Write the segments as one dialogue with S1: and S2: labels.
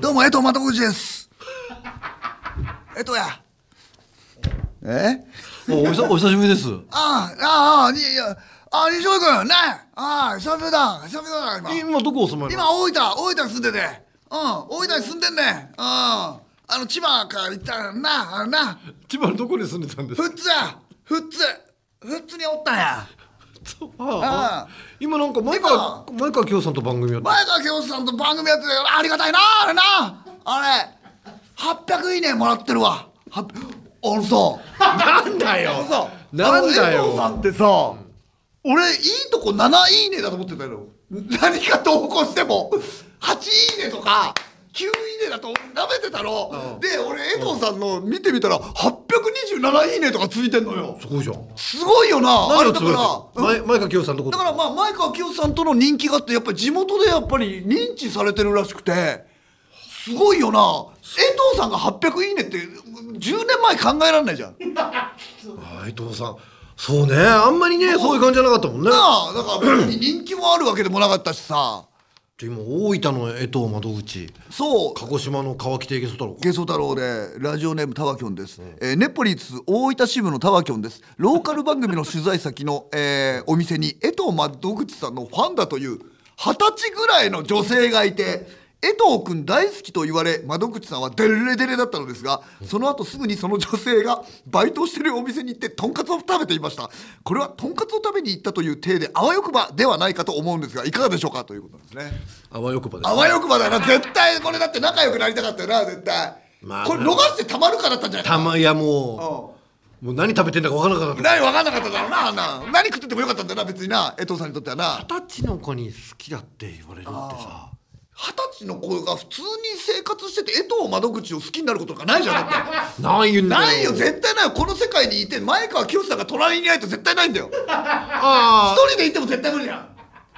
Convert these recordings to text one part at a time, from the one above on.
S1: 藤窓口です。江藤や。え
S2: おお久お久しぶりです。
S1: ああ、ああ、に、いやあ、西尾君、ね。ああ、久々だ、久々だ、今。
S2: 今どこお住まいなの
S1: 今、大分、大分に住んでて。うん、大分に住んでんね。うん。あの、千葉から行ったらな、あのな、
S2: 千葉のどこに住んで たんですか
S1: 富津や。富津。富津におったんや。
S2: ああ今なんか前川前川清さんと番組やって
S1: 前川清さんと番組やってたけどありがたいなあれなあれ800いいねもらってるわはあのさ
S2: なんだ
S1: あのさあ
S2: なんだ
S1: の江藤さん
S2: よ
S1: ってさ俺いいとこ7いいねだと思ってたよ何か投稿しても8いいねとか9いいねだとなめてたの、
S2: うん
S1: で俺江藤さんの見てみたら827いいねとかついてんのよ
S2: すごいじゃん
S1: すごいよなあ
S2: 何
S1: れ
S2: を
S1: だ
S2: つ
S1: か
S2: ぶやい
S1: ら
S2: てる前前川清さんのとこ
S1: だからまあ前川清さんとの人気があってやっぱり地元でやっぱり認知されてるらしくてすごいよな江藤さんが800いいねって10年前考えられないじゃんな
S2: あ伊藤さんそうねあんまりねそういう感じじゃなかったもんね
S1: あだから別に人気もあるわけでもなかったしさ
S2: 今大分の江藤窓口
S1: そう
S2: 鹿児島の川木亭ゲスト太郎
S1: ゲソ太郎でラジオネームタワキョンです、えーネポリス大分支部のタワキョンですローカル番組の取材先の、 えーお店に江藤窓口さんのファンだという二十歳ぐらいの女性がいて江藤君大好きと言われ窓口さんはデレデレだったのですがその後すぐにその女性がバイトしてるお店に行ってとんかつを食べていましたこれはとんかつを食べに行ったという体であわよくばではないかと思うんですがいかがでしょうかということなんですね
S2: あわよくばです
S1: あわよくばだよな絶対これだって仲良くなりたかったよな絶対、
S2: まあ
S1: これ逃してたまるかだったんじゃないか
S2: たまいやもうもう何食べてんだか分からなかった
S1: 何分かんなかっただろうなあんな何食っててもよかったんだよな別にな江藤さんにとってはな
S2: 二十歳の子に好きだって言われるってさ
S1: 二十歳の子が普通に生活してて江藤窓口を好きになることがないじゃんだって
S2: ないよ
S1: ないよ絶対ないよこの世界にいて前川清さんが隣にいないと絶対ないんだよ
S2: あ
S1: 一人で行っても絶対無理じゃん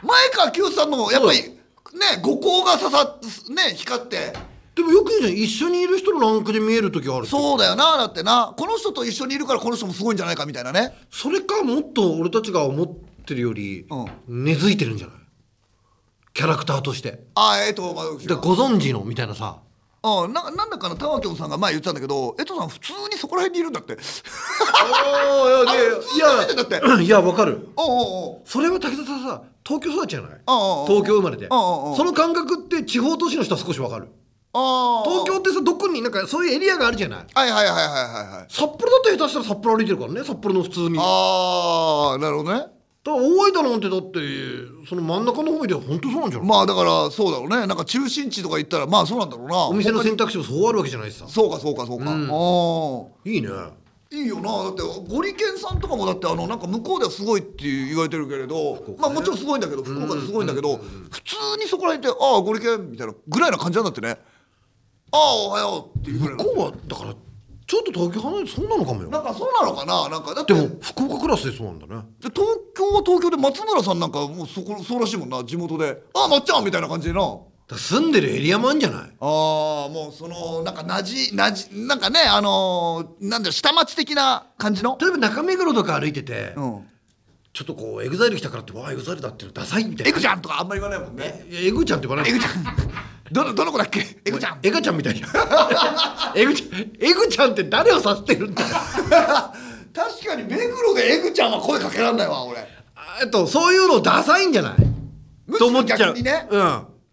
S1: 前川清さんのやっぱり
S2: そ
S1: ね五行が刺さね光って
S2: ーでもよく言うじゃん一緒にいる人のランクで見える時あるって
S1: そうだよなだってなこの人と一緒にいるからこの人もすごいんじゃないかみたいなね
S2: それかもっと俺たちが思ってるより
S1: う
S2: 根付いてるんじゃないキャラクターとして
S1: あえっと窓口
S2: でご存知のみたいなさ
S1: ああななんだかなタワキョンさんが前言ってたんだけど江藤さん普通にそこら辺にいるんだって
S2: あ
S1: いやいやあ普通に食べてんだ
S2: いやいやわかる
S1: おうおうおう
S2: それは武田さんさ東京育ちじゃない
S1: ああああ
S2: 東京生まれて
S1: ああああ
S2: その感覚って地方都市の人は少しわかる
S1: ああ
S2: 東京ってさどこになんかそういうエリアがあるじゃない
S1: はいはいはいはいはいはい
S2: 札幌だって下手したら札幌歩いてるからね札幌の普通にだか
S1: ああなるほどね
S2: ら大分なんてだってその真ん中の方で本当そうなんじゃない
S1: まあだからそうだろうねなんか中心地とか行ったらまあそうなんだろうな
S2: お店の選択肢もそうあるわけじゃないしさ
S1: そうかそうかそうか、ああ
S2: いいね
S1: いいよなだってゴリケンさんとかもだってあのなんか向こうではすごいって言われてるけれど、まあもちろんすごいんだけど福岡ですごいんだけど、普通にそこら辺で「ああゴリケン」みたいなぐらいな感じなんだってね「ああおはよう」っていうぐらい
S2: 向こうはだからちょっと東京離れてそうなのかもよ
S1: なんかそうなのかななんかだって
S2: でも福岡クラスでそうなんだね
S1: で東京は東京で松村さんなんかもうそこそうらしいもんな地元で「ああまっちゃん」みたいな感じでな
S2: だから住んでるエリアもあるんじゃない
S1: ああもうそのなんかなじなじなんかねあのーなんだろう下町的な感じの
S2: 例えば中目黒とか歩いてて、
S1: うん
S2: ちょっとこうエグザイル来たからってわあエグザイルだっていうのダサい
S1: 「
S2: みたい
S1: エ
S2: な
S1: グちゃん」とかあんまり言わないもんね
S2: いやエグちゃんって言わない
S1: エグちゃんどのどの子だっけエグちゃん
S2: エガちゃんみたいなエグちゃん エグちゃんって誰を指してるんだよ
S1: 確かに目黒でエグちゃんは声かけらんないわ俺
S2: あえっとそういうのダサいんじゃない
S1: むし
S2: と
S1: ろ
S2: 思っちゃう、
S1: 逆にね
S2: うん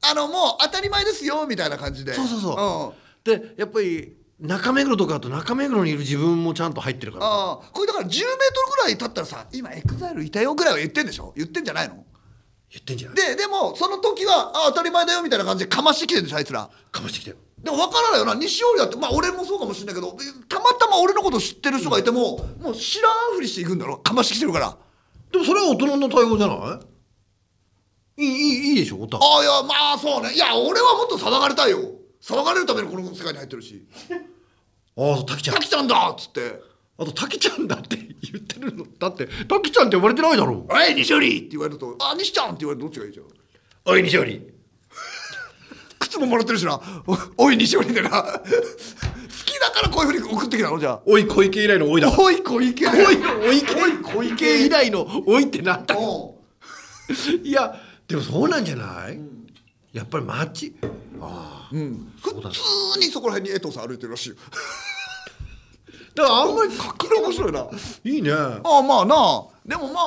S1: あのもう当たり前ですよみたいな感じで
S2: そうそうそう、でやっぱり中目黒とかだと中目黒にいる自分もちゃんと入ってるからさ
S1: ああこれだから1 0ルぐらい経ったらさ今エグザイルいたよぐらいは言ってんでしょ言ってんじゃないの
S2: 言ってんじゃない
S1: ででもその時はあ当たり前だよみたいな感じでかましてきてるでしょあいつら
S2: かましてきてる
S1: でも分からないよな西織だってまあ俺もそうかもしれないけどたまたま俺のこと知ってる人がいても、もう知らんふりしていくんだろかましてきてるから
S2: でもそれは大人の対応じゃないいいいいいいでしょおた
S1: ああいやまあそうねいや俺はもっと騒がれたいよ騒がれるためにこの世界に入ってるし
S2: ああそう滝ちゃん
S1: 滝ちゃんだっつって
S2: あと滝ちゃんだって言ってるのだって滝ちゃんって呼ばれてないだろ
S1: 「おい西織!」って言われると「あ西ちゃん!」って言われるとどっちがいいじゃん
S2: おい西織
S1: 靴ももらってるしな 「おおい西織」でな好きだからこういうふうに送ってきたのじゃあ
S2: おい小池以来のおい
S1: 「
S2: だ
S1: おい小池」
S2: おいのおいけ
S1: おい小
S2: おい
S1: 池
S2: け以来のおいってなんだ
S1: おう
S2: いやでもそうなんじゃない、やっぱり街
S1: 普通にそこら辺に江藤さん歩いてるらしいよ
S2: だからあんまり
S1: かっこいい面白いない
S2: いね
S1: ああまあなでもま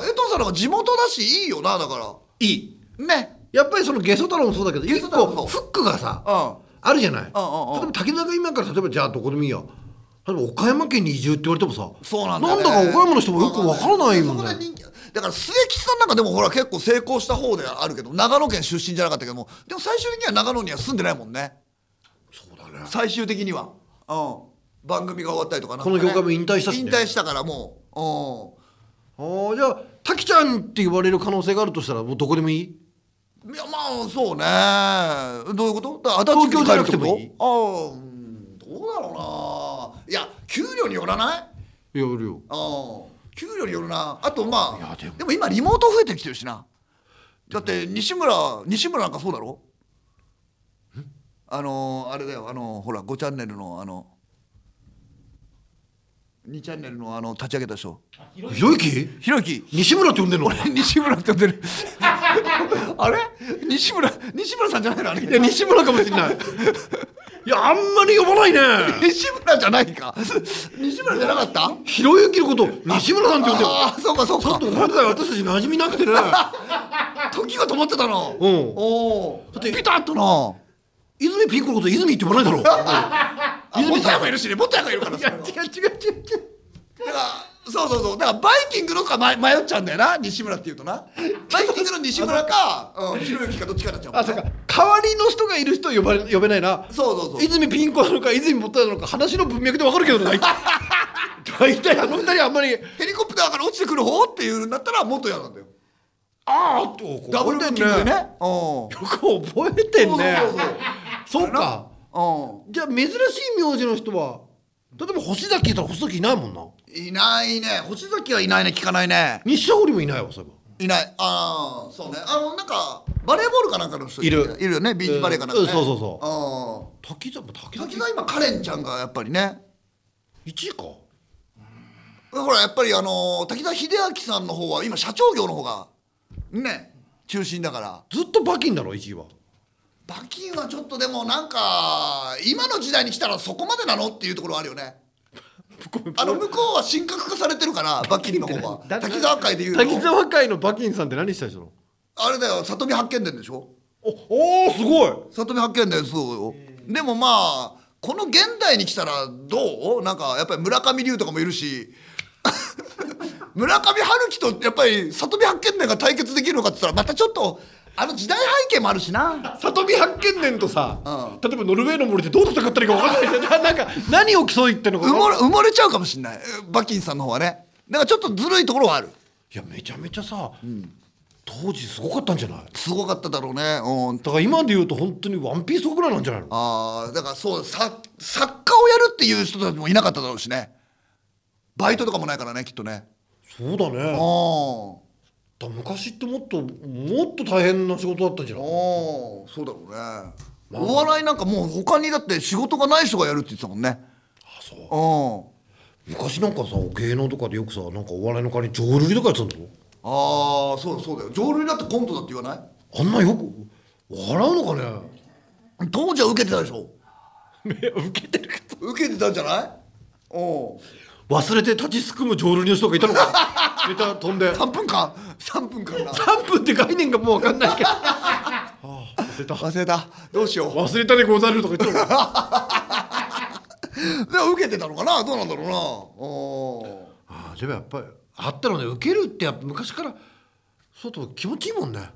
S1: あ江藤さんの方が地元だしいいよなだか
S2: いい
S1: らね
S2: やっぱりそのゲソ太郎もそうだけど
S1: ゲ
S2: 一
S1: ソ太郎
S2: 個
S1: も
S2: フックがさ
S1: うん
S2: あるじゃない例え
S1: うんうん
S2: ば滝沢が今から例えばじゃあどこでもいいや例えば岡山県に移住って言われてもさ
S1: そうなんだ、ね、
S2: だか岡山の人もよくわからないもん
S1: そこで
S2: ね
S1: 人気だから末吉さんなんかでもほら結構成功した方ではあるけど長野県出身じゃなかったけどもでも最終的には長野には住んでないもんね
S2: そうだね
S1: 最終的にはうん番組が終わったりとかなんかね、
S2: この業界も引退したしね
S1: 引退したからもううん
S2: あーじゃあ滝ちゃんって言われる可能性があるとしたらもうどこでもいい
S1: いやまあそうねどういうことだから
S2: 東京じゃなくても
S1: 足立区に帰るってことああうんどうだろうないや給料によらない
S2: いやいるよ
S1: うん給料によるなあとま
S2: い
S1: あ
S2: や
S1: で
S2: で
S1: も
S2: も
S1: 今リモート増えてきてるしなだって西村西村なんかそうだろあのーあれだよあのーほら5チャンネルのあの2チャンネルのあの立ち上げた人
S2: ひろゆき
S1: ひろゆき
S2: 西村って呼んでんの俺
S1: 西村って呼んでる あれ西村西村さんじゃないのあれ
S2: いや西村かもしれないいやあんまり呼ばないね
S1: 西村じゃないか西村じゃなかった
S2: ひろゆきのこと西村さんって呼んでよ
S1: ああそうかそう
S2: ちょ
S1: か
S2: っと今回私たち馴染みな くてね
S1: 時が止まってたなお
S2: うん
S1: おーピタッとな
S2: 泉ピンクのこと泉って呼ばないだろ
S1: 泉さんもいるしね、ボタヤがいるからさ。だか
S2: 違う違う違う違う
S1: ら、そうそうそう、だからバイキングのか迷迷っちゃうんだよな、西村っていうとな。バイキングの西村か、うん、ひろゆきかどっちかになっちゃうも
S2: あ
S1: ん
S2: そう
S1: ね。
S2: か代わりの人がいる人は呼ばれ呼べないな
S1: そうそうそう
S2: 泉ピン子なのか泉ボタなのか話の文脈でわかるけどな大体あの二人あんまり
S1: ヘリコプターから落ちてくる方っていうんだったら、もっと嫌なんだよ。
S2: ああと
S1: ダブルブッキングでね。
S2: よく覚えてんね
S1: そうそう
S2: そうか
S1: うん。うん。
S2: じゃあ珍しい名字の人は例えば星崎いたら星崎いないもんない
S1: ないね、星崎はいないね、聞かないね。
S2: 西田織もいないわそういえ
S1: いない。ああ、そうね、あの、なんか、バレーボールかなんかの人よね
S2: い
S1: いるよね、ビーチバレーかなんか、ね
S2: うんそうそうそ
S1: うん。
S2: ば滝沢滝沢
S1: 滝が今カレンちゃんがやっぱりね
S2: 1位か
S1: ほらやっぱりあのー滝沢秀明さんの方は今社長業の方がね中心だから
S2: ずっと馬金だろ1位は
S1: 馬金はちょっとでもなんか今の時代に来たらそこまでなのっていうところはあるよ ねあの向こうは神格化されてるから馬金の方 は滝沢界で言う
S2: 滝
S1: と
S2: 沢界の馬金さんって何した人なの
S1: あれだよ里見発見伝でしょ
S2: おおーすごい
S1: 里見発見伝そうよでもまあこの現代に来たらどうなんかやっぱり村上龍とかもいるし 村上春樹とやっぱり里見発見伝が対決できるのかって言ったらまたちょっとあの時代背景もあるしな
S2: 里見八犬伝とさ、例えばノルウェーの森でどう戦ったらいいか分かんない じゃんなんか何を競いってんのか
S1: 埋もれ埋もれちゃうかもしんないバキンさんの方はねだからちょっとずるいところはある
S2: いやめちゃめちゃさ、当時すごかったんじゃないだ
S1: すごかっただろうねうん
S2: から今で言うと本当にワンピースぐらいなんじゃないの
S1: あーだからそうさ作家をやるっていう人たちもいなかっただろうしねバイトとかもないからねきっとね
S2: そうだね
S1: う
S2: だ
S1: ん
S2: 昔ってもっともっと大変な仕事だったんじゃない
S1: ああそうだろうね、お笑いなんかもう他にだって仕事がない人がやるって言ってたもんね
S2: あそう
S1: う
S2: 昔なんかさ芸能とかでよくさなんかお笑いの代わりに浄瑠璃とかやってたんだろ
S1: んああそうだそうだよ浄瑠璃だってコントだって言わな
S2: あんなよく笑う のかね
S1: い当時は受けてたでしょ
S2: 目受けてるけど
S1: 受けてたんじゃないお
S2: 忘れて立ちすくむ浄瑠璃の人がいたの かネタ飛んで
S1: 3分間3分間な
S2: 3分って概念がもう分かんないけどああ忘れた
S1: 忘れたどうしよう
S2: 忘れたでござるとか言ってたもん
S1: でも受けてたのかなどうなんだろうなお
S2: ああでもやっぱりあったのね受けるってやっぱ昔からそうと気持ちいいもんね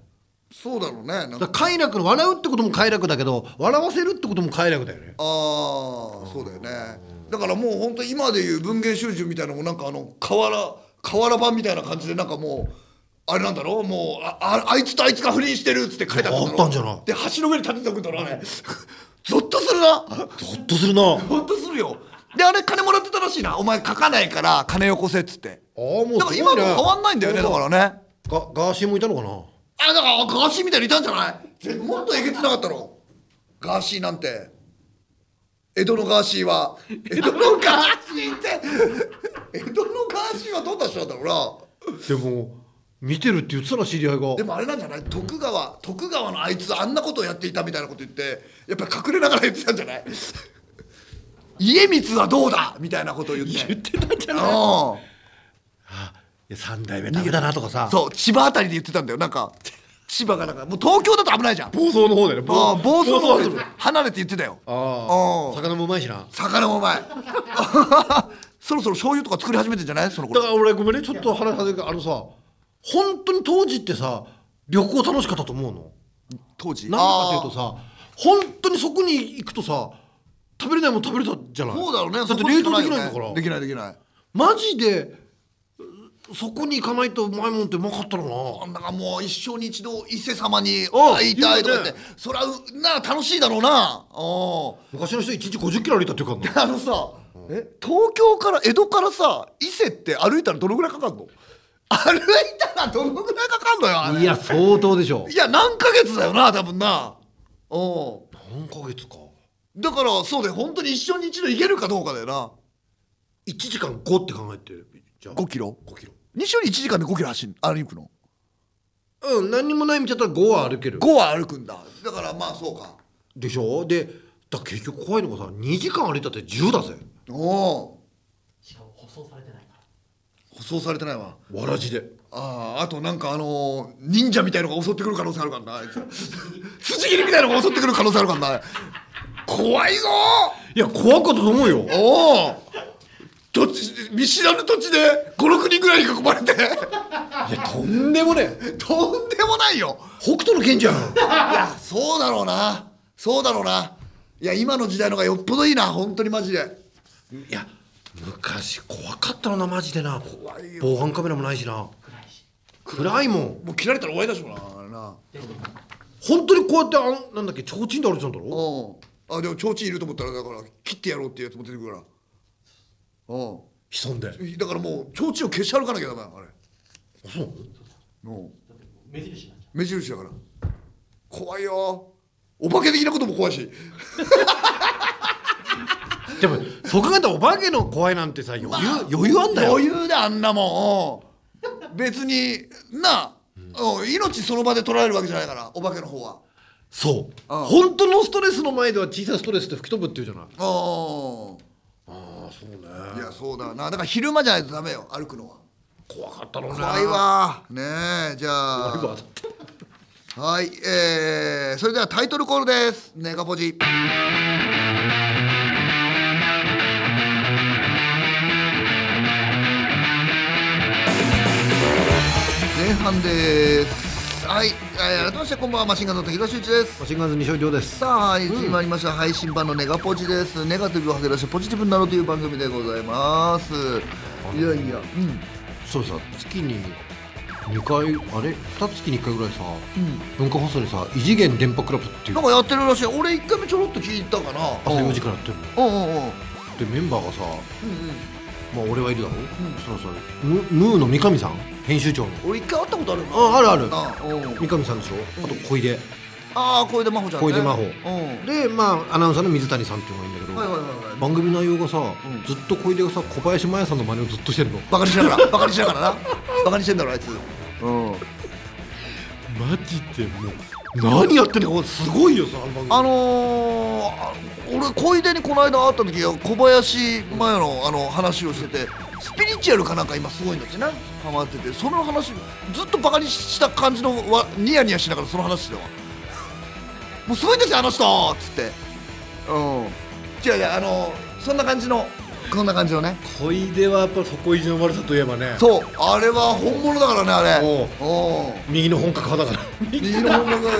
S1: そうだろうねなん
S2: だから
S1: か
S2: 快楽の笑うってことも快楽だけど笑わせるってことも快楽だよね
S1: ああそうだよねだからもう本当今でいう文芸集中みたいなのもなんかあの瓦瓦版みたいな感じでなんかもうあれなんだろうもうあああいつとあいつが不倫してるっつって書いてあっただろ
S2: あったんじゃない
S1: で橋の上に立てておくんだろうね ゾッとするな
S2: ゾッとするなあ
S1: ゾッとするよであれ金もらってたらしいなお前書かないから金よこせっつって
S2: あもう
S1: だから今と変わんないんだよねだからね
S2: ガガーシーもいたのかな
S1: あだからガーシーみたいにいたんじゃないぜもっとえげつなかったろガーシーなんて江戸のガーシーは江戸のガーシーって江戸のガーシーはどんな人なんだろう
S2: でも見てるって言ってたな知り合いが
S1: でもあれなんじゃない徳川徳川のあいつあんなことをやっていたみたいなこと言ってやっぱり隠れながら言ってたんじゃない家光はどうだみたいなことを言って
S2: 言ってたんじゃない
S1: うん
S2: 三代目ダメだなとかさ
S1: そう千葉あたりで言ってたんだよなんか千葉がなんかもう東京だと危ないじゃん
S2: 暴走の方だよね
S1: ああ暴走の方
S2: 暴
S1: で
S2: 走の方
S1: 離れて言ってたよ
S2: あ
S1: う
S2: あ
S1: ん
S2: 魚もうまいしな
S1: 魚もうまい そろそろ醤油とか作り始めてんじゃないその
S2: だ
S1: 頃
S2: から俺ごめんねちょっと話外れるけどあのさ本当に当時ってさ旅行楽しかったと思うの
S1: 当時
S2: なんでかっていうとさ本当にそこに行くとさ食べれないもん食べれたじゃな
S1: あ
S2: い
S1: ーそうだろうね
S2: だって
S1: そこし
S2: 冷
S1: か
S2: 凍で
S1: よ
S2: きな
S1: ね
S2: いんだから
S1: できないできない
S2: マジでうそこに行かないとうまいもんってうまかったの
S1: なんかもう一生に一度伊勢様に
S2: ああ
S1: 会いたいとか言っ
S2: いい
S1: て、
S2: よね
S1: そりゃうなあ楽しいだろうなお
S2: な昔の人1日5 0キロ歩いたっていうかな
S1: あのさ、え東京から江戸からさ伊勢って歩いたらどのぐらいかかるの歩いたらどのぐ らいかかるのよあれ
S2: いや相当でしょ
S1: いや何ヶ月だよな多分なおう
S2: 何ヶ月か
S1: だからそうで本当に一生に一度行けるかどうかだよな
S2: 1時間5って考えてじゃあ
S1: 5キロ
S2: 5キロ
S1: 西より1時間で5キロ走る歩くの
S2: うん何にもない道だったら5は歩ける
S1: 5は歩くんだだからまあそうか
S2: でしょでだ結局怖いのがさ2時間歩いたって10だぜ
S1: おお
S3: しかも舗装されてないから
S1: 舗装されてないわ
S2: わらじで
S1: あああとなんかあのー忍者みたいのが襲ってくる可能性あるからなあい つ筋切りみたいのが襲ってくる可能性あるからな怖いぞ
S2: いや怖かったと思うよ
S1: ーおお土地見知らぬ土地で56人ぐらいに囲まれて
S2: いやとんでもねえ
S1: とんでもないよ
S2: 北斗の剣じゃん
S1: いやそうだろうなそうだろうないや今の時代のがよっぽどいいな本当にマジで
S2: いや昔怖かったのなマジでな防犯カメラもないしな
S3: 暗いし
S2: 暗いもん
S1: もう切られたら終わりだしもんなあれな
S3: でも
S2: 本当にこうやってあんなんだっけ提灯で歩いてたんだろ
S1: うんあでも提灯いると思ったらだから切ってやろうっていうやつも出てくるからう
S2: 潜んであ
S1: んだからもう提灯を消し歩かなきゃダメなのあれ
S2: そう
S1: うん
S3: だってもう目印になっちゃ
S1: 目印だから怖いよお化け的なことも怖いし
S2: でもそう考えたらお化けの怖いなんてさ余裕、余裕あんだよ
S1: 余裕だあんなもんうん別になあ、うん、命その場で取られるわけじゃないからお化けの方は
S2: そう
S1: ああ
S2: 本当のストレスの前では小さいストレスって吹き飛ぶっていうじゃない
S1: うん
S2: ああそうね
S1: いやそうだよなだから昼間じゃないとダメよ歩くのは
S2: 怖かったろうね
S1: 怖いわねえじゃ
S2: 怖いわ
S1: あはいえー、それではタイトルコールですネガポジ前半ですはい、えー、改めましてこんばんはマシンガンズの滝沢秀一です
S2: マシンガンズ西尾亮です
S1: さあ始まりました、配信版のネガポジですネガティブを吐き出してポジティブになろうという番組でございますいやいやうん
S2: そうさ月に2回あれ2月に1回ぐらいさ、文化放送でさ異次元電波クラブっていう
S1: なんかやってるらしい俺一回目ちょろっと聞いたかな
S2: 朝4時からやってるの
S1: うんうんうんうんうん
S2: でメンバーがさまあ俺はいるだろ、うそのさムムーの三上さん編集長の
S1: 俺一回会ったことあるよ
S2: ああるある
S1: あうん
S2: 三上さんでしょあと小出
S1: あー小出真帆ちゃんね
S2: 小出真帆
S1: うん
S2: でまあアナウンサーの水谷さんっていうのがいいんだけど、
S1: はいはいはいはい
S2: 番組内容がさ、ずっと小出がさ小林麻耶さんの真似をずっとしてるの
S1: バカにしながらバカにしながらなバカにしてんだろあいつうん
S2: マジでもう何やってんのかすごいよさあの番組
S1: あのー、あ俺小出にこの間会った時小林麻耶のあの話をしててスピリチュアルかなんか今すごいんだってねハマっててその話ずっとバカにした感じのわニヤニヤしながらその話してたわもうすごいんですよあの人っつってうん違う違うあのそんな感じのこんな感じのね
S2: 小出はやっぱ底意地の悪さといえばね
S1: そうあれは本物だからねあれ
S2: お
S1: お
S2: 右の本格派だから
S1: 右の本物が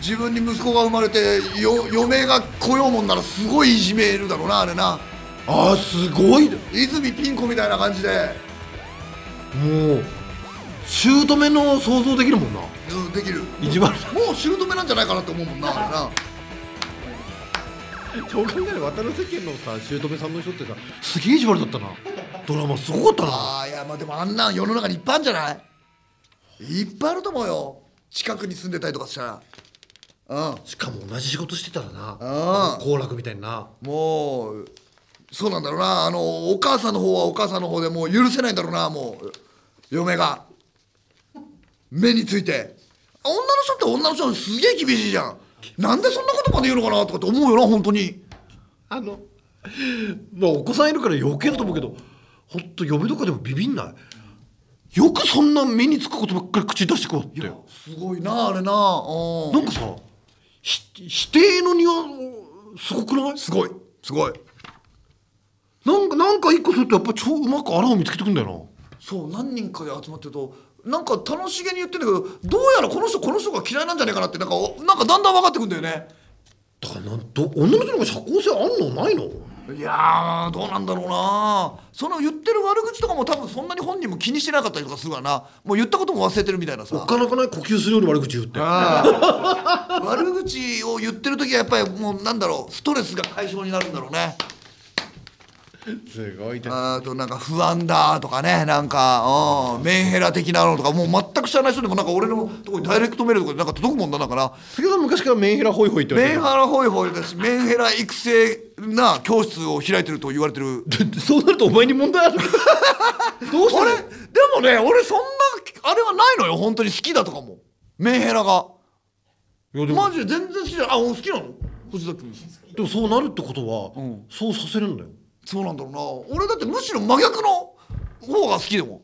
S1: 自分に息子が生まれてよ嫁が来ようもんならすごいいじめるだろうなあれな
S2: あーすごいも
S1: 泉ピン子みたいな感じで
S2: う姑の想像できるもんな
S1: うんできる
S2: 意地悪
S1: もう姑なんじゃないかなって思うもんなあれな
S2: そう考える渡る世間のさ姑さんの人ってさすげえ意地悪だったなドラマすごかったな
S1: あーいやまあでもあんなん世の中にいっぱいあるんじゃないいっぱいあると思うよ近くに住んでたりとかしたらうん
S2: しかも同じ仕事してたらな
S1: あー
S2: 好楽みたいにな
S1: もうそうなんだろうなあのお母さんの方はお母さんの方でもう許せないんだろうなもう嫁が目について女の人って女の人すげえ厳しいじゃんなんでそんなことまで言うのかなとかって思うよな本当に
S2: あの、まあ、お子さんいるから余計だと思うけど、ほんと、嫁とかでもビビんない。よくそんな目につくことばっかり口に出してこうって。な
S1: すごいなあれなうん
S2: かさ、ひ否定の庭、すごくない
S1: すごいすごい
S2: なんか、なんか一個するとやっぱ超うまく穴を見つけてくんだよ
S1: そう何人かで集まってるとなんか楽しげに言ってるんだけどどうやらこの人この人が嫌いなんじゃないかなってなんかおなんかだんだん分かってくんだよね
S2: な。だからなんと、女の人の方が社交性あんのないの
S1: いやーどうなんだろうなその言ってる悪口とかも多分そんなに本人も気にしてなかったりとかするからなもう言ったことも忘れてるみたいな
S2: おっ
S1: さ
S2: かなかない呼吸するように悪口言うって。
S1: 悪口を言ってる時はやっぱりもうなんだろうストレスが解消になるんだろうね
S2: すごいね
S1: あとなんか不安だとかねなんかうんメンヘラ的なのとかもう全く知らない人でもなんか俺のとこにダイレクトメールとかでなんか届くもんだなんかな
S2: 武田さん昔からメンヘラホイホイって言わ
S1: メ
S2: れ
S1: ンヘ
S2: て
S1: ラホイホイですメンヘラ育成な教室を開いてると言われてる
S2: るそうなるとお前に問題 あるどうした
S1: あ
S2: の
S1: れでもね俺そんなあれはないのよ本当に好きだとかもメンヘラが
S2: いやでも
S1: マジで全然好きじゃないあ好きなの星崎君
S2: でもそうなるってことは、そうさせるんだよ
S1: そうなんだろうな俺だってむしろ真逆の方が好きでもん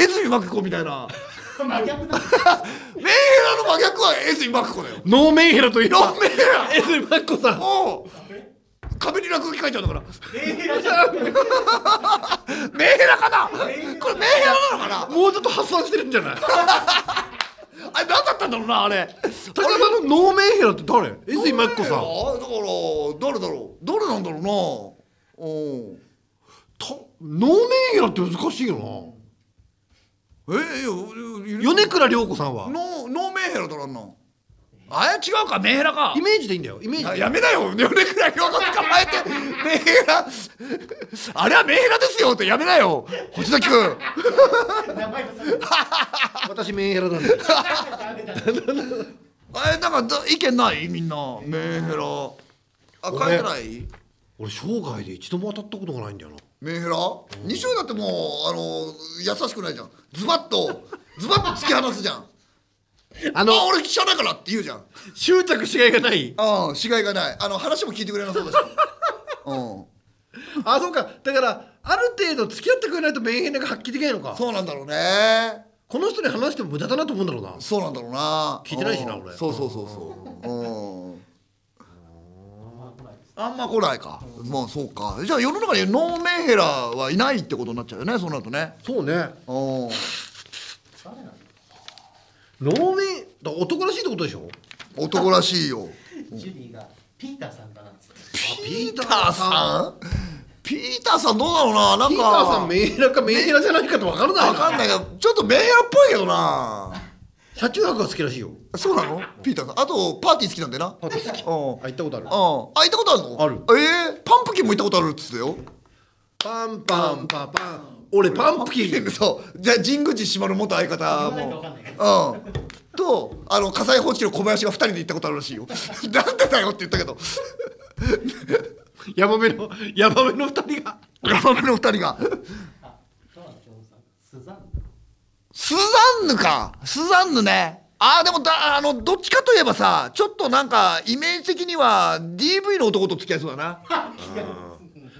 S1: 江角真紀子みたい な
S3: 真逆だ。
S1: メンヘラの真逆は江角真紀子だよ
S2: ノーメンヘラといえば
S1: ノーメンヘラ
S2: エスマッコさん
S1: おう壁に落書き書いちゃうんだから
S3: メンヘラじゃん。
S1: メンヘラかなこれメンヘラなのかな
S2: もうちょっと発散してるんじゃない
S1: あれ何だったんだろうなあれ
S2: 武田さんのノーメンヘラって誰エスマッコさん
S1: あーだから誰だろう誰なんだろうなお
S2: たノーメンヘラって難しいよ
S1: えー、いやいや
S2: な米倉涼子さんは
S1: ノーノーメンヘラだらんなあれ違うかメンヘラか
S2: イメージでいいんだよイメー
S1: あ
S2: ジ
S1: やめなよ米倉涼子捕まえてメンヘラあれはメンヘラですよってやめなよ星崎君
S3: 名前出さない。
S2: 私メンヘラなんだよ
S3: ダメだ。ダメだ
S1: あれなんかだ意見ないみんなメンヘラあ書いてない
S2: 俺生涯で一度も当たったことがないんだよな
S1: メンヘラ二週だってもうあの優しくないじゃんズバッとズバッと突き放すじゃん
S2: あ
S1: あ
S2: の
S1: 俺記者だからって言うじゃん
S2: 執着しがいがない
S1: うん、しがいがない。あの話も聞いてくれなそうだし。うん。
S2: あそうかだからある程度付き合ってくれないとメンヘラが発揮できないのか
S1: そうなんだろうね。
S2: この人に話しても無駄だなと思うんだろうな
S1: そうなんだろうな。
S2: 聞いてないしな
S1: うん
S2: 俺
S1: そうそうそうそう。うん。あんま来ないか。まあそうか。じゃあ世の中にノーメンヘラはいないってことになっちゃうよね。そうなるとね。
S2: そう
S1: う
S2: ね
S1: ん。
S2: ノーメンだ男らしいってことでしょ
S1: 男らしいよ。
S3: ジュリーがピーターさんかなっつって。
S1: ピーターさん。ピーターさんどうだろうな。なんか。
S2: ピーターさんメンヘラかメンヘラじゃないかって分からない
S1: わかんないけど、ちょっとメンヘラっぽいけどな。
S2: 車中泊が好きらしいよ
S1: そうなの？ピーターさん。あとパーティー好きなんだよな。
S2: パーティー好
S1: うん
S2: きあ行ったことある
S1: ああ行ったことあるのあるええパンプキンも行ったことあるっつってたよ
S2: パンパンパンパン俺パンプキン
S1: そうじゃあ神宮寺島の元相方
S3: 言わ
S1: も
S3: ないとわかんないけ
S1: うんとあの火災報知器の小林が2人で行ったことあるらしい よなんでだよって言ったけど
S2: ヤマメのヤマメの二人が
S1: ラマメの2人が
S3: あ、どうなんですか、さん。スザン
S1: スザンヌかスザンヌねああでもだあのどっちかといえばさちょっとなんかイメージ的には DV の男と付き合いそうだな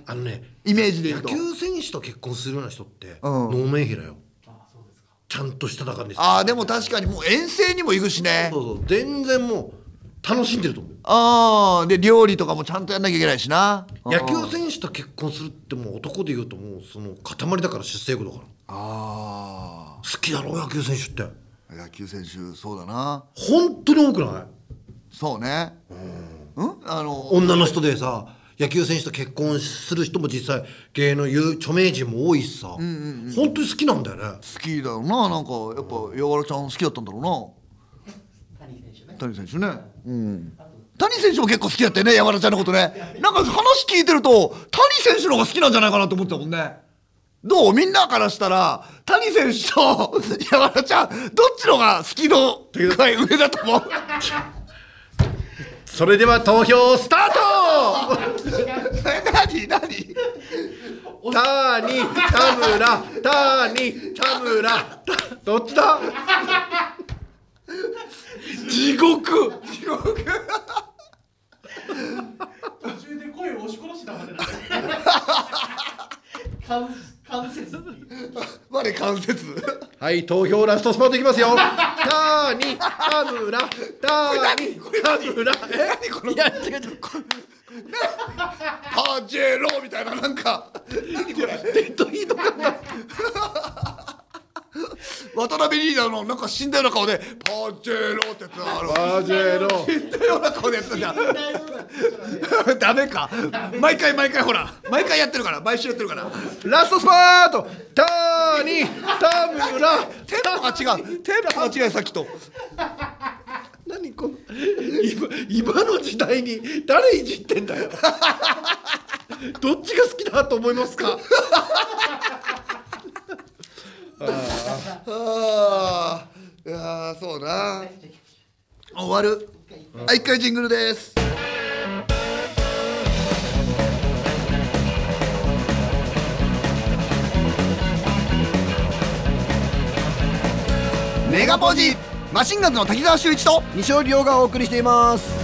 S2: あのね
S1: イメージで言う
S2: 野
S1: と
S2: 球選手と結婚するような人って
S1: うん
S2: ノーメンヘラよ
S3: あ、そうですか。
S2: ちゃんとしただかんです
S1: ああでも確かにもう遠征にも行くしね
S2: そうそう全然もう楽しんでると思う
S1: ああで料理とかもちゃんとやんなきゃいけないしな
S2: 野球選手と結婚するってもう男で言うともうその塊だから出世魚だから
S1: あ
S2: 好きだろ野球選手って
S1: あ野球選手そうだな
S2: 本当に多くない
S1: そうねうんあの
S2: 女の人でさ野球選手と結婚する人も実際芸能有著名人も多いしさ、本当に好きなんだよね
S1: 好きだろうななんかやっぱやわらちゃん好きだったんだろ
S3: 谷選手
S1: う
S3: ね
S1: な。谷選手ねうん谷選手も結構好きだったよねやわらちゃんのことねなんか話聞いてると谷選手の方が好きなんじゃないかなと思ってたもんねどうみんなからしたら谷選手と やわらちゃんどっちのが好きの具合上だと思う
S2: それでは投票スタート
S1: え何何
S2: タニ田村タニ田村どっちだ地獄
S3: 途中で声を押し殺したまで なんだ関関節って いう
S1: 我関節
S2: はい投票ラストスパートいきますよタニ田村タニ田村えこのいや違う違う
S1: パジェロみたいななんか何これ
S2: デッドヒートか
S1: 渡辺リーダーのなんか死んだような顔でパジェロってやつある
S2: バジェロ
S1: 死んだような顔でや ってたじゃん
S3: みん なような口調で
S1: ダメか毎回毎回ほら毎回やってるから毎週やってるから
S2: ラストスパートタニ田村
S1: テンポが違う テンポが違うさっき と
S2: 何この今今の時代に誰いじってんだ よどっちが好きだと思いま すか
S1: あーいやーそうな終わるあ一回ジングルですメガポジマシンガンズの滝沢秀一と
S2: 西尾亮がお送りしています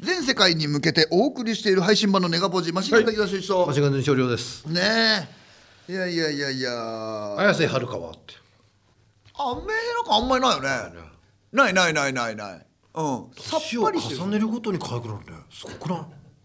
S1: 全世界に向けてお送りしている配信版のネガポジマシンガンズの滝沢秀一と、
S2: 間違いの西尾亮です
S1: ねえいやいやいやいやあ
S2: 綾瀬はるかはって
S1: アメなんかあんまりないよねないないないないないうんさっ
S2: 年を
S1: ぱりしてる
S2: 重ねるごとに可愛くなるねすごくない
S1: あ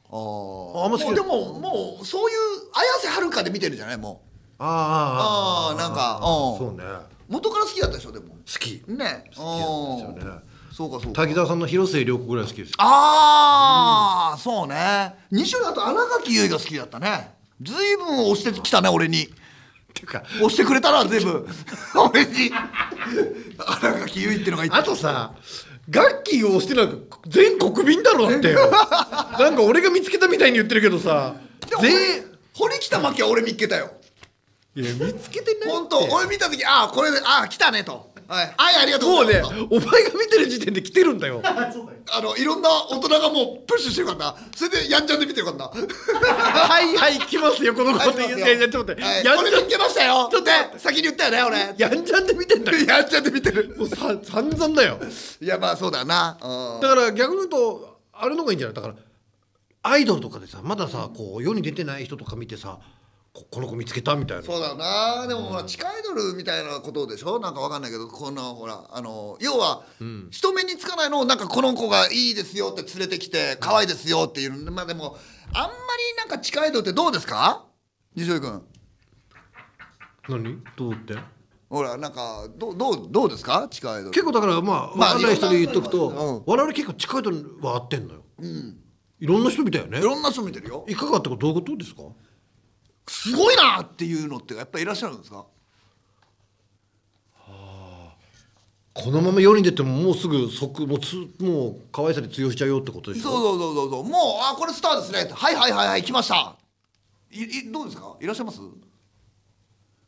S1: ー
S2: あんま好き
S1: もうでももうそういう綾瀬はるかで見てるじゃないもう
S2: あ
S1: あーなんかうん
S2: そうね
S1: 元から好きだったでしょでも
S2: 好き
S1: ね
S2: 好きなんですよね
S1: うんそうかそうか
S2: 滝沢さんの広末涼子ぐらい好きです
S1: ああ、そうね西尾だと新垣結衣が好きだったねずいぶん押してきたね俺に
S2: っていうか
S1: 押してくれたなずいぶ ん俺に新垣結衣ってのがい
S2: あとさガッキーを押してなんか全国民だろだって よなんか俺が見つけたみたいに言ってるけどさ
S1: でも俺
S2: 全員
S1: 堀北真希は俺見っけたよ
S2: いや見つけてない
S1: 本当俺見た時ああこれでああ来たねとはいはいありがとう
S2: も
S1: ご
S2: う
S1: ざい
S2: ね
S1: ます
S2: お前が見てる時点で来てるん だよ
S3: あそうだよ
S1: あのいろんな大人がもうプッシュしてるからなそれでやんちゃんで見てるからな
S2: はいはい来ますよこの子って言って
S1: はい
S2: いやちょ っと待って、
S1: はい
S2: やん
S1: 俺
S2: ちゃ
S1: 見っけましたよちょっとね先に言ったよね
S2: んやんちゃんって見てんだよ
S1: 俺やんちゃんで見てる
S2: もうさ散々だよ
S1: いやまあそうだな
S2: だから逆に言うとあれの方がいいんじゃないだからアイドルとかでさまださこう世に出てない人とか見てさここの子見つけたみたいな
S1: そうだよなでもほら地下アイドルみたいなことでしょなんかわかんないけどこのほらあの要は人目につかないのをなんかこの子がいいですよって連れてきて可愛いですよっていうまあでもあんまりなんか地下アイドルってどうですか西尾君
S2: 何どうって
S1: ほらなんかどうどうどうですか地下アイドル
S2: 結構だからまあ
S1: まあ
S2: わかんない人に言っとくと、
S1: いろんなうん
S2: 我々結構近いとは合ってんのよ、いろんな人見たよね
S1: いろんな人見てるよ
S2: いかがってことどういうことですか
S1: すごいなっていうのってやっぱりいらっしゃるんですか
S2: このまま世に出てももうすぐ即もうつもう可愛さで通用しちゃうよってことで
S1: そう
S2: しょ
S1: そうそうそうそうもうあこれスターですねはいはいはいはい来ましたいいどうですかいらっしゃいます
S2: も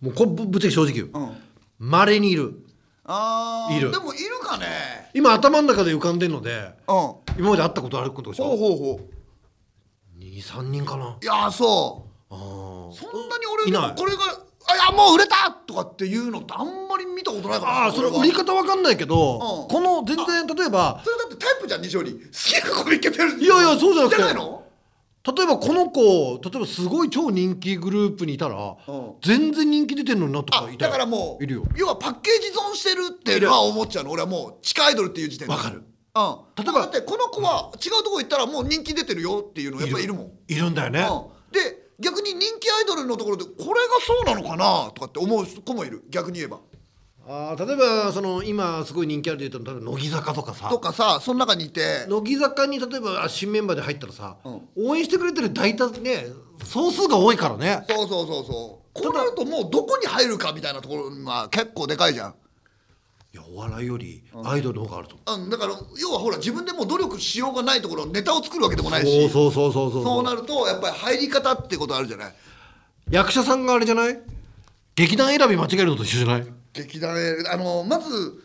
S2: うこれぶぶっちゃけ正直言う
S1: うん
S2: まれ、にいる
S1: あー
S2: いる
S1: でもいるかね
S2: 今頭の中で浮かんでんので
S1: うんほ
S2: 今まで会ったことあることでし
S1: うほ
S2: ょ
S1: うほう
S2: 23人かない
S1: やーそ
S2: あ
S1: う
S2: ー
S1: そんなに俺
S2: いない
S1: これが「あいやもう売れた!」とかっていうのってあんまり見たことないから
S2: あーそれ
S1: 俺は
S2: 売り方わかんないけど、
S1: ん
S2: この全然例えば
S1: それだってタイプじゃん西に好きな子見っけてる
S2: いやいやそうじゃなくて
S1: じゃないの
S2: 例えばこの子例えばすごい超人気グループにいたら、
S1: うん
S2: 全然人気出てんのになと
S1: あ
S2: かいた
S1: だ
S2: よ
S1: からもう
S2: いるよ
S1: 要はパッケージ損してるってまあ思っちゃうの俺はもう地下アイドルっていう時点で
S2: わかる
S1: うん
S2: 例えば
S1: だってこの子は違うとこ行ったらもう人気出てるよっていうのやっぱりいるもん
S2: いるんだよね、
S1: うん、で逆に人気アイドルのところでこれがそうなのかなとかって思う子もいる逆に言えば
S2: あー例えばその今すごい人気あるで言うと例えば乃木坂とかさ
S1: とかさその中にいて
S2: 乃木坂に例えばあ新メンバーで入ったらさ、
S1: うん
S2: 応援してくれてる大体ね総数が多いからね
S1: そうそうそうそうこうなるともうどこに入るかみたいなところが結構でかいじゃん、
S2: いやお笑いよりアイドルの方があると思、
S1: うん、だから要はほら自分でもう努力しようがないところネタを作るわけでもないうし
S2: そうそうそうそうそう
S1: そうなるとやっぱり入り方ってことあるじゃない
S2: 役者さんがあれじゃない劇団選び間違えるのと一緒じゃない
S1: 劇団へあのまず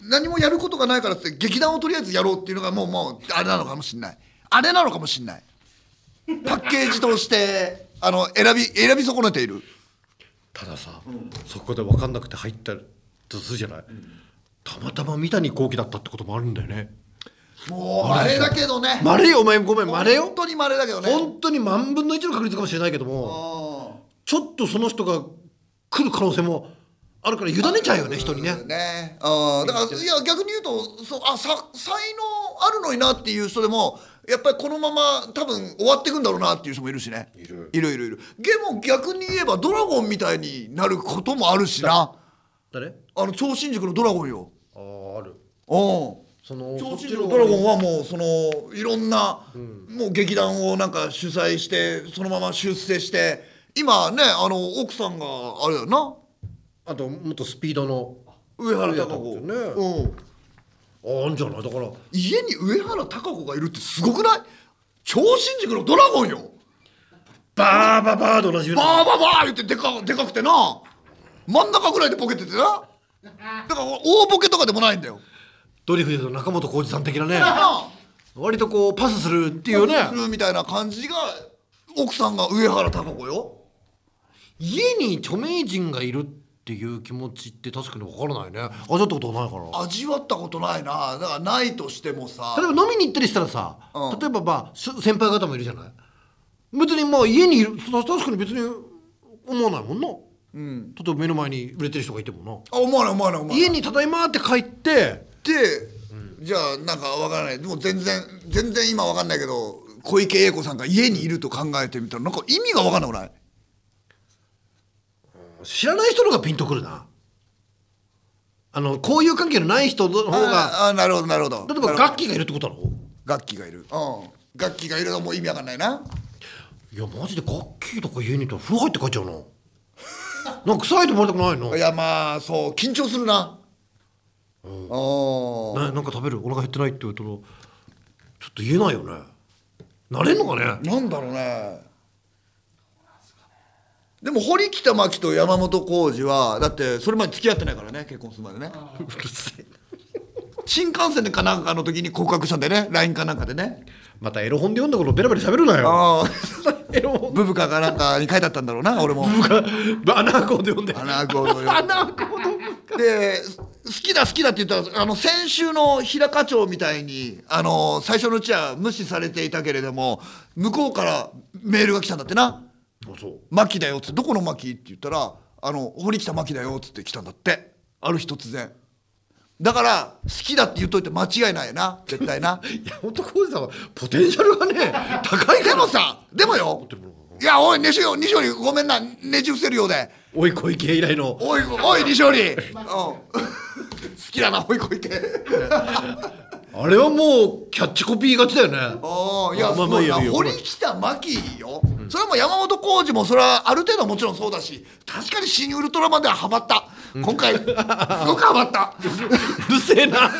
S1: 何もやることがないからっつって劇団をとりあえずやろうっていうのがもうもうあれなのかもしんないあれなのかもしんないパッケージとしてあの選び選び損ねている
S2: たださ、そこで分かんなくて入ったとするじゃない、たまたま三谷幸喜だったってこともあるんだよね
S1: もうあれだけどね
S2: まれよお前ごめんまれ
S1: 本
S2: よ
S1: 当にまれだけどね
S2: 本当に万分の1の確率かもしれないけど
S1: う
S2: も
S1: ん
S2: ちょっとその人が来る可能性もあるから委ねちゃうよね人にね
S1: ねうんだからいや逆に言うとそうあさ才能あるのになっていう人でもやっぱりこのまま多分終わっていくんだろうなっていう人もいるしね
S2: いる
S1: いるいるいるでも逆に言えばドラゴンみたいになることもあるしな
S2: 誰あ
S1: あの超新塾のドラゴンよ
S2: あある
S1: うん
S2: その
S1: 超
S2: そ
S1: 新
S2: っち
S1: 塾
S2: の
S1: のドラゴンはもうそのいろんな、もう劇団をなんか主催してそのまま出世して今ねあの奥さんがあれだよな
S2: あともっとスピードの
S1: 上原貴子、
S2: ね
S1: うん
S2: ああんじゃないだから
S1: 家に上原貴子がいるってすごくない超新塾のドラゴンよ
S2: バーバーバーと同じよう
S1: バ
S2: な
S1: ーバーバー言ってでかでかくてな真ん中ぐらいでボケててなだから大ボケとかでもないんだよ
S2: ドリフでいうと中本浩二さん的なね
S1: な
S2: 割とこうパスするっていうね
S1: するみたいな感じが奥さんが上原貴子よ
S2: 家に著名人がいるっていう気持ちって確かに分からないね味わったことないから
S1: 味わったことないなだからないとしてもさ
S2: 例えば飲みに行ったりしたらさ、
S1: うん
S2: 例えばまあす先輩方もいるじゃない別にまあ家にいるた確かに別に思わないもんな
S1: うん
S2: 例えば目の前に売れてる人がいても
S1: あ思わない思わない思
S2: な
S1: わない
S2: 家に「ただいま」って帰って
S1: で、じゃあなんかわからないでも全然全然今わかんないけど小池栄子さんが家にいると考えてみたらなんか意味がわかんなくない
S2: 知らない人の方がピンとくるなあの交友関係のない人の方
S1: あ
S2: が
S1: ーあーなるほどなるほど
S2: 例えば
S1: なるほど
S2: 楽器がいるってことだろ
S1: 楽器がいるうん楽器がいるのも意味わかんないない
S2: やマジで楽器とか家にいたら風呂入って帰っちゃうななんか臭いと思われたくないの
S1: いやまあそう緊張するなうん
S2: ななんか食べるお腹減ってないって言うとちょっと言えないよねなれんのかね
S1: なんだろうねでも堀北真希と山本浩二はだってそれまで付き合ってないからね結婚するまでね
S2: うるせえ
S1: 新幹線でかなんかの時に告白したんでね LINE かなんかでね
S2: またエロ本で読んだことベラベラ喋るなよ
S1: ああ
S2: エロ 本
S1: ブブカかなんかに書いてあったんだろうな俺も
S2: バナーコーで読んで
S1: アナゴのよで好きだ好きだって言ったらあの先週の平課長みたいにあの最初のうちは無視されていたけれども向こうからメールが来たんだってな
S2: あそう
S1: 「マキだよ」っつって「どこのマキ?」って言ったら「あの堀北マキだよ」っつって来たんだってある日突然だから好きだって言っといて間違い ないな絶対な
S2: 山本浩二さんはポテンシャルがね高い
S1: で
S2: から
S1: もさでもよいやおい西尾西尾にごめんなねじ伏せるようで。
S2: おい小池以来の
S1: おいおい西織、うん、好 きだなおいこいて
S2: あれはもうキャッチコピー勝ちだよね
S1: おーいや
S2: まあ
S1: すごいな
S2: まあいいよいいよ
S1: 堀北真希よ、それはもう山本浩二もそれはある程度はもちろんそうだし確かに「新ウルトラマン」ではハマった今 回すごくハマった
S2: うるせえ な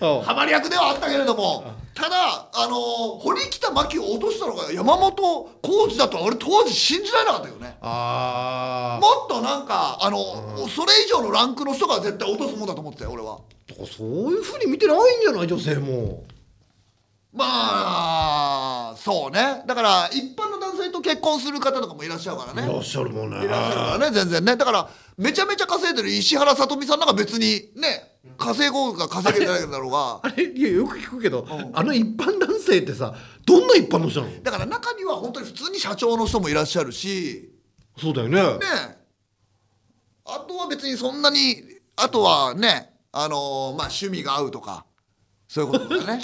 S2: あ
S1: ハマり役ではあったけれどもただあのー堀北真希を落としたのが山本浩二だとは俺当時信じられなかったよね
S2: あ
S1: もっとなんかあの、それ以上のランクの人が絶対落とすもんだと思ってたよ俺は。
S2: ーそういうふうに見てないんじゃない女性も
S1: まあそうねだから一般の男性と結婚する方とかもいらっしゃるから
S2: い
S1: ね
S2: らっしゃるもんね
S1: いらっしゃるからね全然ねだからめちゃめちゃ稼いでる石原さとみさんなんか別にね稼ごうか稼げてないだろうが
S2: あれいやよく聞くけど、あの一般男性ってさどんな一般の人なの
S1: だから中には本当に普通に社長の人もいらっしゃるし
S2: そうだよね
S1: ねあとは別にそんなにあとはねあのーまあ趣味が合うとかそういうことだ ね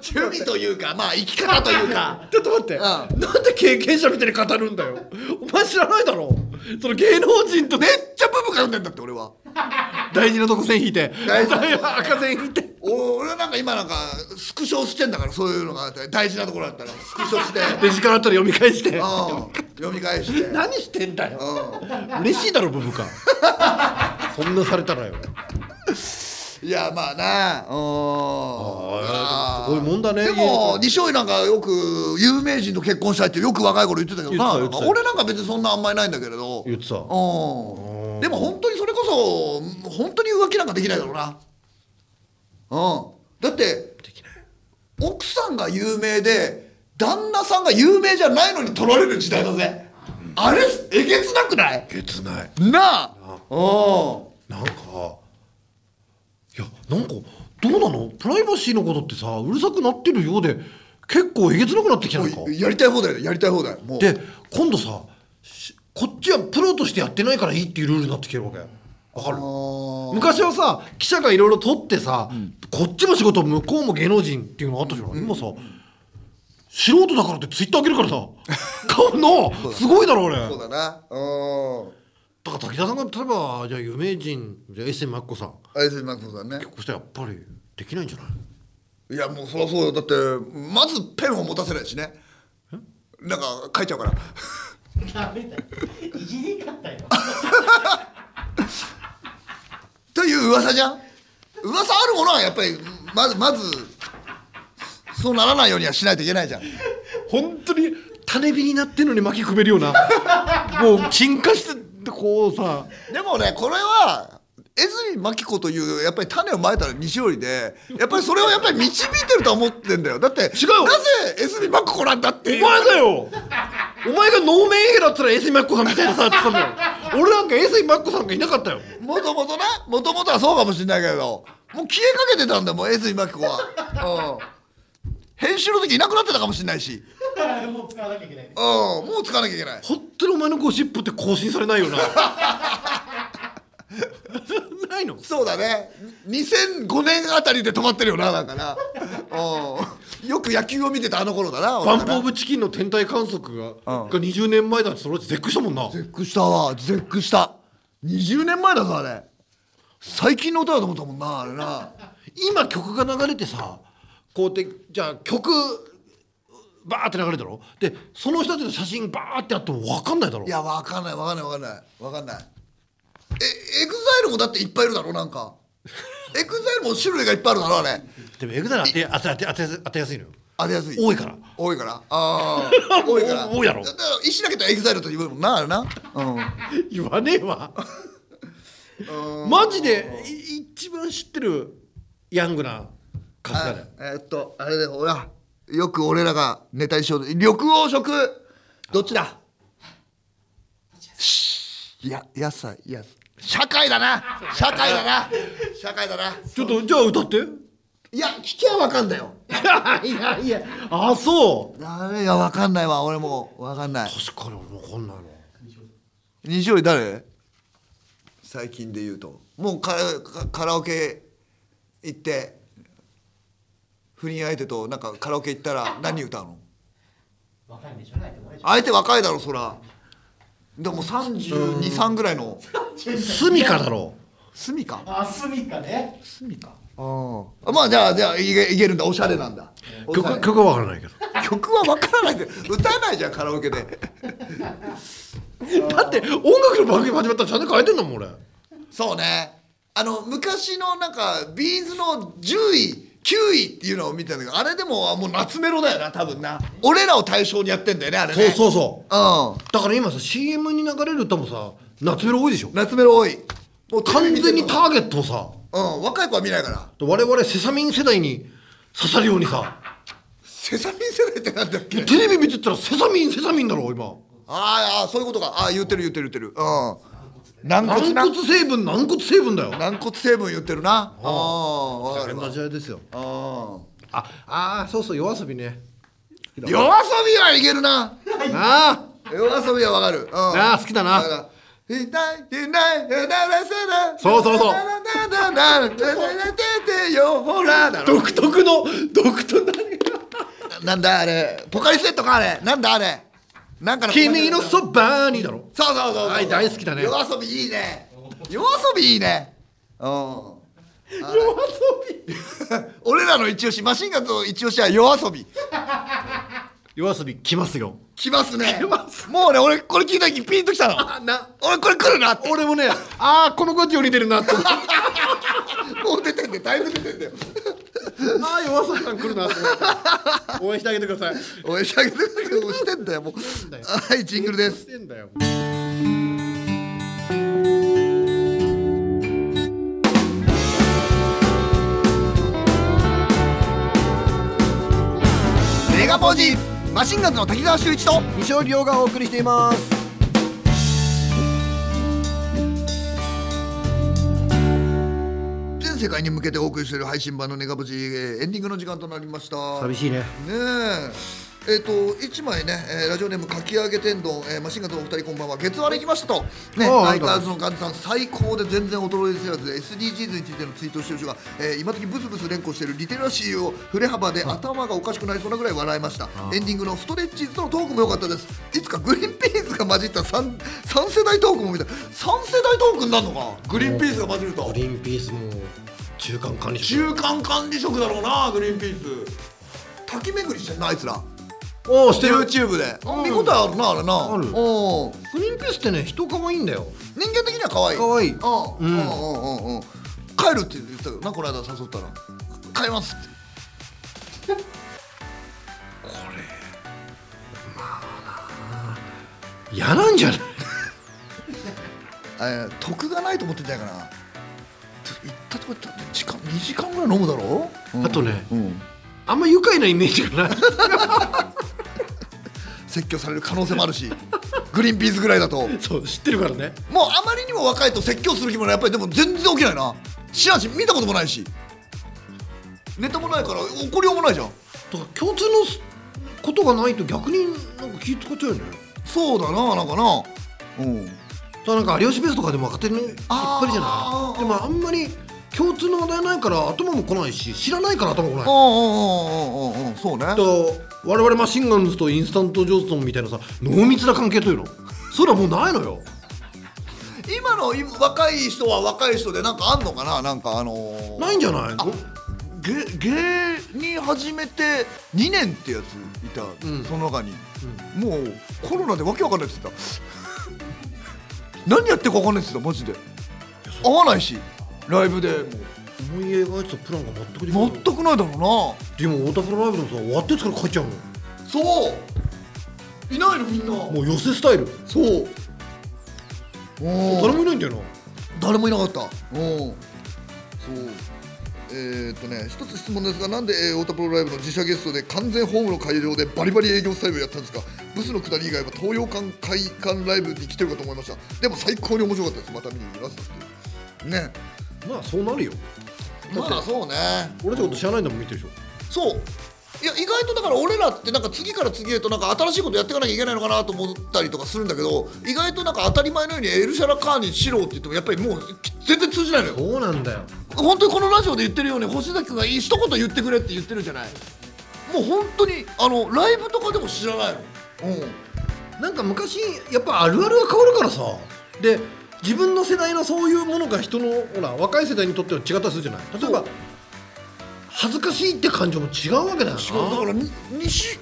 S1: 趣味というかまあ生き方というか。
S2: ちょっと待って、
S1: う
S2: なんで経験者みたいに語るんだよお前知らないだろその芸能人と
S1: めっちゃブブかんでんだって俺は。
S2: 大事なとこ線引いて
S1: 大事なとこ
S2: 大事な赤線引いて
S1: お俺はなんか今なんかスクショしてんだからそういうのがあって大事なところだったらスクショして、
S2: で時間あったら読み返して
S1: うん、読み返して、うん、
S2: 何してんだよ嬉しいだろブブカ そんなされたらよ
S1: いやまあなあ
S2: あーでもすごいもんだね
S1: で
S2: 家
S1: も
S2: に
S1: 西尾井なんかよく有名人と結婚したいってよく若い頃言ってたけどな
S2: 言ってた言って
S1: 俺
S2: た
S1: なんか別にそんなあんまりないんだけれど
S2: 言ってた
S1: うんでも本当にそれこそ本当に浮気なんかできないだろうなうんだって
S2: できない
S1: 奥さんが有名で旦那さんが有名じゃないのに取られる時代だぜあれえげつなくない
S2: えげつない
S1: なあうん
S2: なんかいやなんかどうなのプライバシーのことってさうるさくなってるようで結構えげつなくなってきてないか
S1: もうやりたい放題だよやりたい放題もう
S2: で今度さしこっちはプロとしてやってないからいいっていうルールになってきてるわけわかる
S1: ー
S2: 昔はさ記者がいろいろ取ってさ、こっちも仕事向こうも芸能人っていうのがあったじゃない、今さ素人だからってツイッター開けるから さ顔のすごいだろ俺だ
S1: そうだなうん
S2: から滝田さんが例えばじゃあ有名人じゃあエッセンマッコさん
S1: あれですマクソさんね
S2: 結婚したらやっぱりできないんじゃない
S1: いやもうそりゃそうよだってまずペンを持たせないしねなんか書いちゃうから
S3: ダメだ よ。言いにくかったよ。
S1: という噂じゃん噂あるものはやっぱりまずまずそうならないようにはしないといけないじゃん
S2: 本当に種火になってんのに巻きくべるようなもう沈下してってこうさ
S1: でもねこれは江住真紀子というやっぱり種をまいたら西織でやっぱりそれをやっぱり導いてるとは思ってんだよだって
S2: 違うよ
S1: なぜ江住真紀子なんだって
S2: お
S1: い
S2: 前
S1: う
S2: だよお前が能面兵だったら衛星マッコさんみたいなさって言ってたんだよ俺なんか衛星マッコさんがいなかったよ
S1: もともとなもともとはそうかもしれないけどもう消えかけてたんだよもう江住真紀子 は、うん、編集の時いなくなってたかもしれないし、
S3: もう使わなきゃいけない。
S1: うん、もう使わなきゃいけない
S2: 本当にお前のゴシップって更新されないよな ないの
S1: そうだね2005年あたりで止まってるよななんかな、うん、よく野球を見てたあの頃だな
S2: バ
S1: 俺
S2: ンプ・
S1: な
S2: オブ・チキンの天体観測が,、
S1: ん
S2: が20年前だってそれって絶句したもんな
S1: 絶句したわ絶句した20年前だぞあれ最近の歌だと思ったもんなあれな
S2: 今曲が流れてさこうやってじゃあ曲バーって流れるだろでその人たちの写真バーってあっても分かんないだろ
S1: いやわかんないわかんないわかんないわかんないえエグザイルもだっていっぱいいるだろなんかエグザイルも種類がいっぱいあるだろあれ
S2: でもエグザイル当て当て当て当て当てやすいのよ
S1: 当てやすい
S2: 多いから
S1: 多いからあ あ多いから
S2: 多いやろ
S1: だから石投げたらエグザイルと言うもんなあれなうん
S2: 言わねえわマジでい一番知ってるヤングな方だね
S1: あえーっとあれでほらよく俺らがネタにしようと緑黄色どっちだしいや野菜や社会だな社会だな社会だな
S2: ちょっとじゃあ歌って
S1: いや聞きゃわかんだよ
S2: いやいやあそ
S1: あれがわかんないわ俺もうわかんないう
S2: 確かに俺分かんないの
S1: 西織誰最近で言うともうカラカカラオケ行って不倫相手となんかカラオケ行ったら何歌うの
S3: わかんないでしょないと思うでしょ。
S1: 相手若いだろそらでも323ぐらいの
S2: スミカだろ
S1: 隅か
S3: あ、スミカね。
S1: 隅かああまあじゃあじゃあいけいけるんだおしゃれなんだおしゃれ
S2: 曲曲は分からないけど
S1: 曲は分からないけど歌えないじゃんカラオケで
S2: だって音楽の番組始まったらチャンネル変えてんだもん俺
S1: そうねあの昔のなんかビーズの10位9位っていうのを見てたんだけどあれでももう夏メロだよな多分な俺らを対象にやってんだよねあれね
S2: そうそうそううだから今さ CM に流れる歌もさ夏メロ多いでしょ
S1: ん夏メロ多いもう
S2: 完全にタ
S1: た
S2: ーゲットをさ
S1: うん若い子は見ないから
S2: 我々セサミン世代に刺さるようにさ
S1: セサミン世代ってなんだっけ
S2: テレビ見てたらセサミンセサミンだろ今
S1: あーあーそういうことかああ言ってる言ってる言ってるうん軟
S2: 軟
S1: 骨な
S2: 骨成分軟骨成分だよ
S1: 軟骨成分言ってるなああわかるわ
S2: 同じあれですよ
S1: あ
S2: ああーそうそう夜遊びね
S1: ー夜遊びはいけるな
S2: あ
S1: 夜遊びはわかるうん
S2: あー好きだな
S1: から痛い痛い鳴らせな
S2: そうそうそう
S1: ななななななててよほらだ
S2: あ
S1: ろ
S2: 独特の独特な
S1: なんだあれポカリスエットかあれなんだあれなんかの
S2: 君のそばにだろ
S1: そうそうそうそう
S2: はい大好きだね
S1: 夜遊びいいね夜遊びいいねうん
S2: 夜遊び
S1: 俺らの一押しマシンガンズの一押しは夜遊び
S2: 夜遊び来ますよ
S1: 来ますね
S2: 来ます
S1: もうね俺これ聞いた時ピンときたの
S2: あな
S1: 俺これ来るなって
S2: 俺もねああこの子たちより出るなって あ
S1: もう出てんだよだいぶ出てんだよ
S2: あ夜遊びさん来るなって思って応援してあげてください
S1: 応援してあげてるけどしてんだよもうはいジングルです
S2: してんだよ
S4: 「
S1: マシンガンズの滝沢秀一と
S4: 西尾亮がお送りしています
S1: 全世界に向けてお送りしている配信版のネガブチ、えーエンディングの時間となりました
S2: 寂しいね
S1: ねえ。えっ、と1枚ね、えーラジオネームかき揚げ天丼、えーマシンガンズのお二人こんばんは月割れ行きましたとね
S2: ああ
S1: 相変わらずのガンズさん最高で全然衰え知らずで SDGs についてのツイートをしてる人が、えー今時ブスブス連呼しているリテラシーを振れ幅で頭がおかしくなりそうなぐらい笑いましたエンディングのストレッチーズとのトークも良かったですいつかグリーンピースが混じった 3, 三世代トークも見たい3世代トークになるのかグリーンピースが混じると
S2: グリーンピースも中間管理職
S3: 中間管理職だろうなグリーンピース
S1: 滝巡りしてんなあいつら
S2: おおしてる
S1: YouTube で見応えあるなあれな
S2: あ
S1: う
S2: る
S1: ん
S2: グリーンピースってね人可愛いんだよ
S1: 人間的には可愛い
S2: 可愛い
S1: うんうんうんうんうん帰るって言ってたよなこの間誘ったら帰りますって
S2: 嫌なんじゃない
S1: えー得がないと思ってんじゃないかなちょ行ったとこ行ったって時間2時間ぐらい飲むだろ、うん
S2: あとね
S1: うん
S2: あんま愉快なイメージがない
S1: 説教される可能性もある しグリーンピースぐらいだと
S2: そう知ってるからね
S1: もうあまりにも若いと説教する気もないやっぱりでも全然起きないな知らんし見たこともないしネタもないから怒りようもないじゃん
S2: だから共通のすことがないと逆になんか気使っちゃうよね
S1: そうだななんかなうん
S2: だからなんか有吉ベースとかでも若手の引っ張りじゃ
S1: あー
S2: ないでもあんまり共通の話題ないから頭も来ないし知らないから頭も来ない
S1: うんうんうんうんうんうんそうね
S2: だから我々マシンガンズとインスタントジョーソンみたいなさ濃密な関係というのそれはもうないのよ
S1: 今の今若い人は若い人でなんかあんのかななんかあのー、
S2: ないんじゃない
S1: あ芸芸人始めて2年ってやついた、
S2: ん
S1: その中に、もうコロナでわけわかんないっつってた何やってるかわかんないっつってたマジで合わないしライブで
S2: 思い描いてたプランが全くできな
S1: も
S2: いう
S1: 全くないだろ
S2: でも太田プロライブでもさ終わってから帰っちゃう
S1: うなそういないのみんな
S2: のもう寄せスタイル
S1: そううん
S2: 誰もいないんだよな
S1: 誰もいなかったうんそうえー、っとね一つ質問ですがなんで、えー、太田プロライブの自社ゲストで完全ホームの改良でバリバリ営業スタイルをやったんですかブスのくだり以外は東洋館会館ライブに来てるかと思いましたでも最高に面白かったですまた見に行きますっていうね
S2: まあそうなるよ
S1: まあそうね
S2: 俺ってこと知らないんだもん見てるでしょ
S1: そういや意外とだから俺らってなんか次から次へとなんか新しいことやっていかなきゃいけないのかなと思ったりとかするんだけど意外となんか当たり前のようにエルシャラカーニしろって言ってもやっぱりもう全然通じないのよ
S2: そうなんだよ
S1: 本当にこのラジオで言ってるように星崎君がいい一言言ってくれって言ってるじゃないもう本当にあのライブとかでも知らないのうん
S2: なんか昔やっぱあるあるは変わるからさで自分の世代のそういうものが人のほら若い世代にとっては違ったりするじゃない例えば恥ずかしいって感情も違うわけだよな
S1: しかもだからに西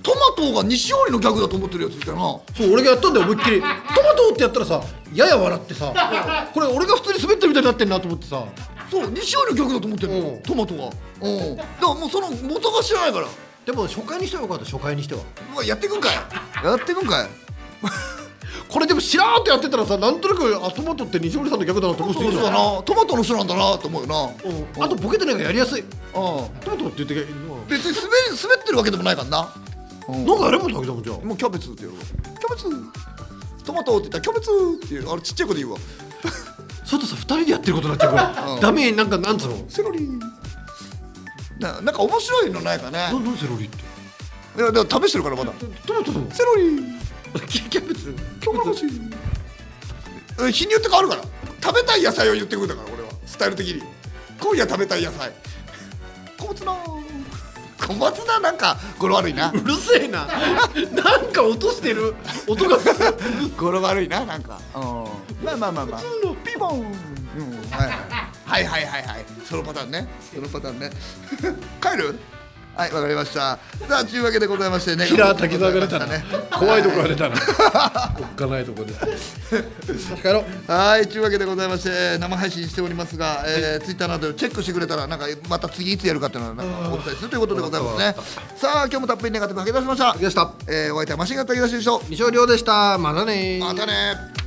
S1: トマトが西堀のギャグだと思ってるやついたな
S2: そう俺がやったんだよ思いっきりトマトってやったらさやや笑ってさこれ俺が普通に滑ってるみたいになってんなと思ってさ
S1: そう西堀のギャグだと思ってるの、
S2: うん
S1: トマトがうんだからもうその元が知らないから
S2: でも初回にしてはよかった初回にしては
S1: うわやってくんかいやってくんかい
S2: これでもしらーってやってたらさなんとなくあトマトって西森さんの逆だなと思う人い
S1: そう
S2: るじ
S1: だ
S2: ゃん
S1: なトマトの人なんだなと思うよな
S2: うんあとボケてないからやりやすい
S1: うん
S2: トマトって言ってけな
S1: 別に滑り滑ってるわけでもないからな、うん
S2: んかやればいいわけだもんじゃあ
S1: もうキャベツって言うわキャベツトマトって言ったらキャベツっていうあれちっちゃい子で言うわ
S2: そうするとさ二人でやってることになっちゃうから、
S1: うん
S2: ダメなんかなんつうの
S1: セロリななんか面白いのないかね
S2: ななんセロリって
S1: いやでも試してるからまだ
S2: トマトの
S1: セロリ
S2: キキャベツ
S1: トマトシえ日によって変わるから食べたい野菜を言ってくるんだから俺はスタイル的に今夜食べたい野菜小松菜小松菜なんか語呂悪いな
S2: うるせえななんか落としてる音がす る
S1: 語呂悪いななんかうんまあまあまあまあピボン、うんはい、はいはいはいはいそのパターンねそのパターンね 帰るはいわかりましたさあというわけでございましてね
S2: キラー滝沢が出た
S1: ね
S2: ね怖いとこが出 たなおっかないとこ で帰ろう
S1: はいというわけでございまして生配信しておりますが、えー、ツイッターなどでチェックしてくれたらなんかまた次いつやるかっていうのはなんかお伝えするということでございますねさあ今日もたっぷりネガティブ吐き出しました
S2: でした
S1: えー、お相手はマシンガン滝沢秀一と
S2: 西尾亮でしたまたねー
S1: またね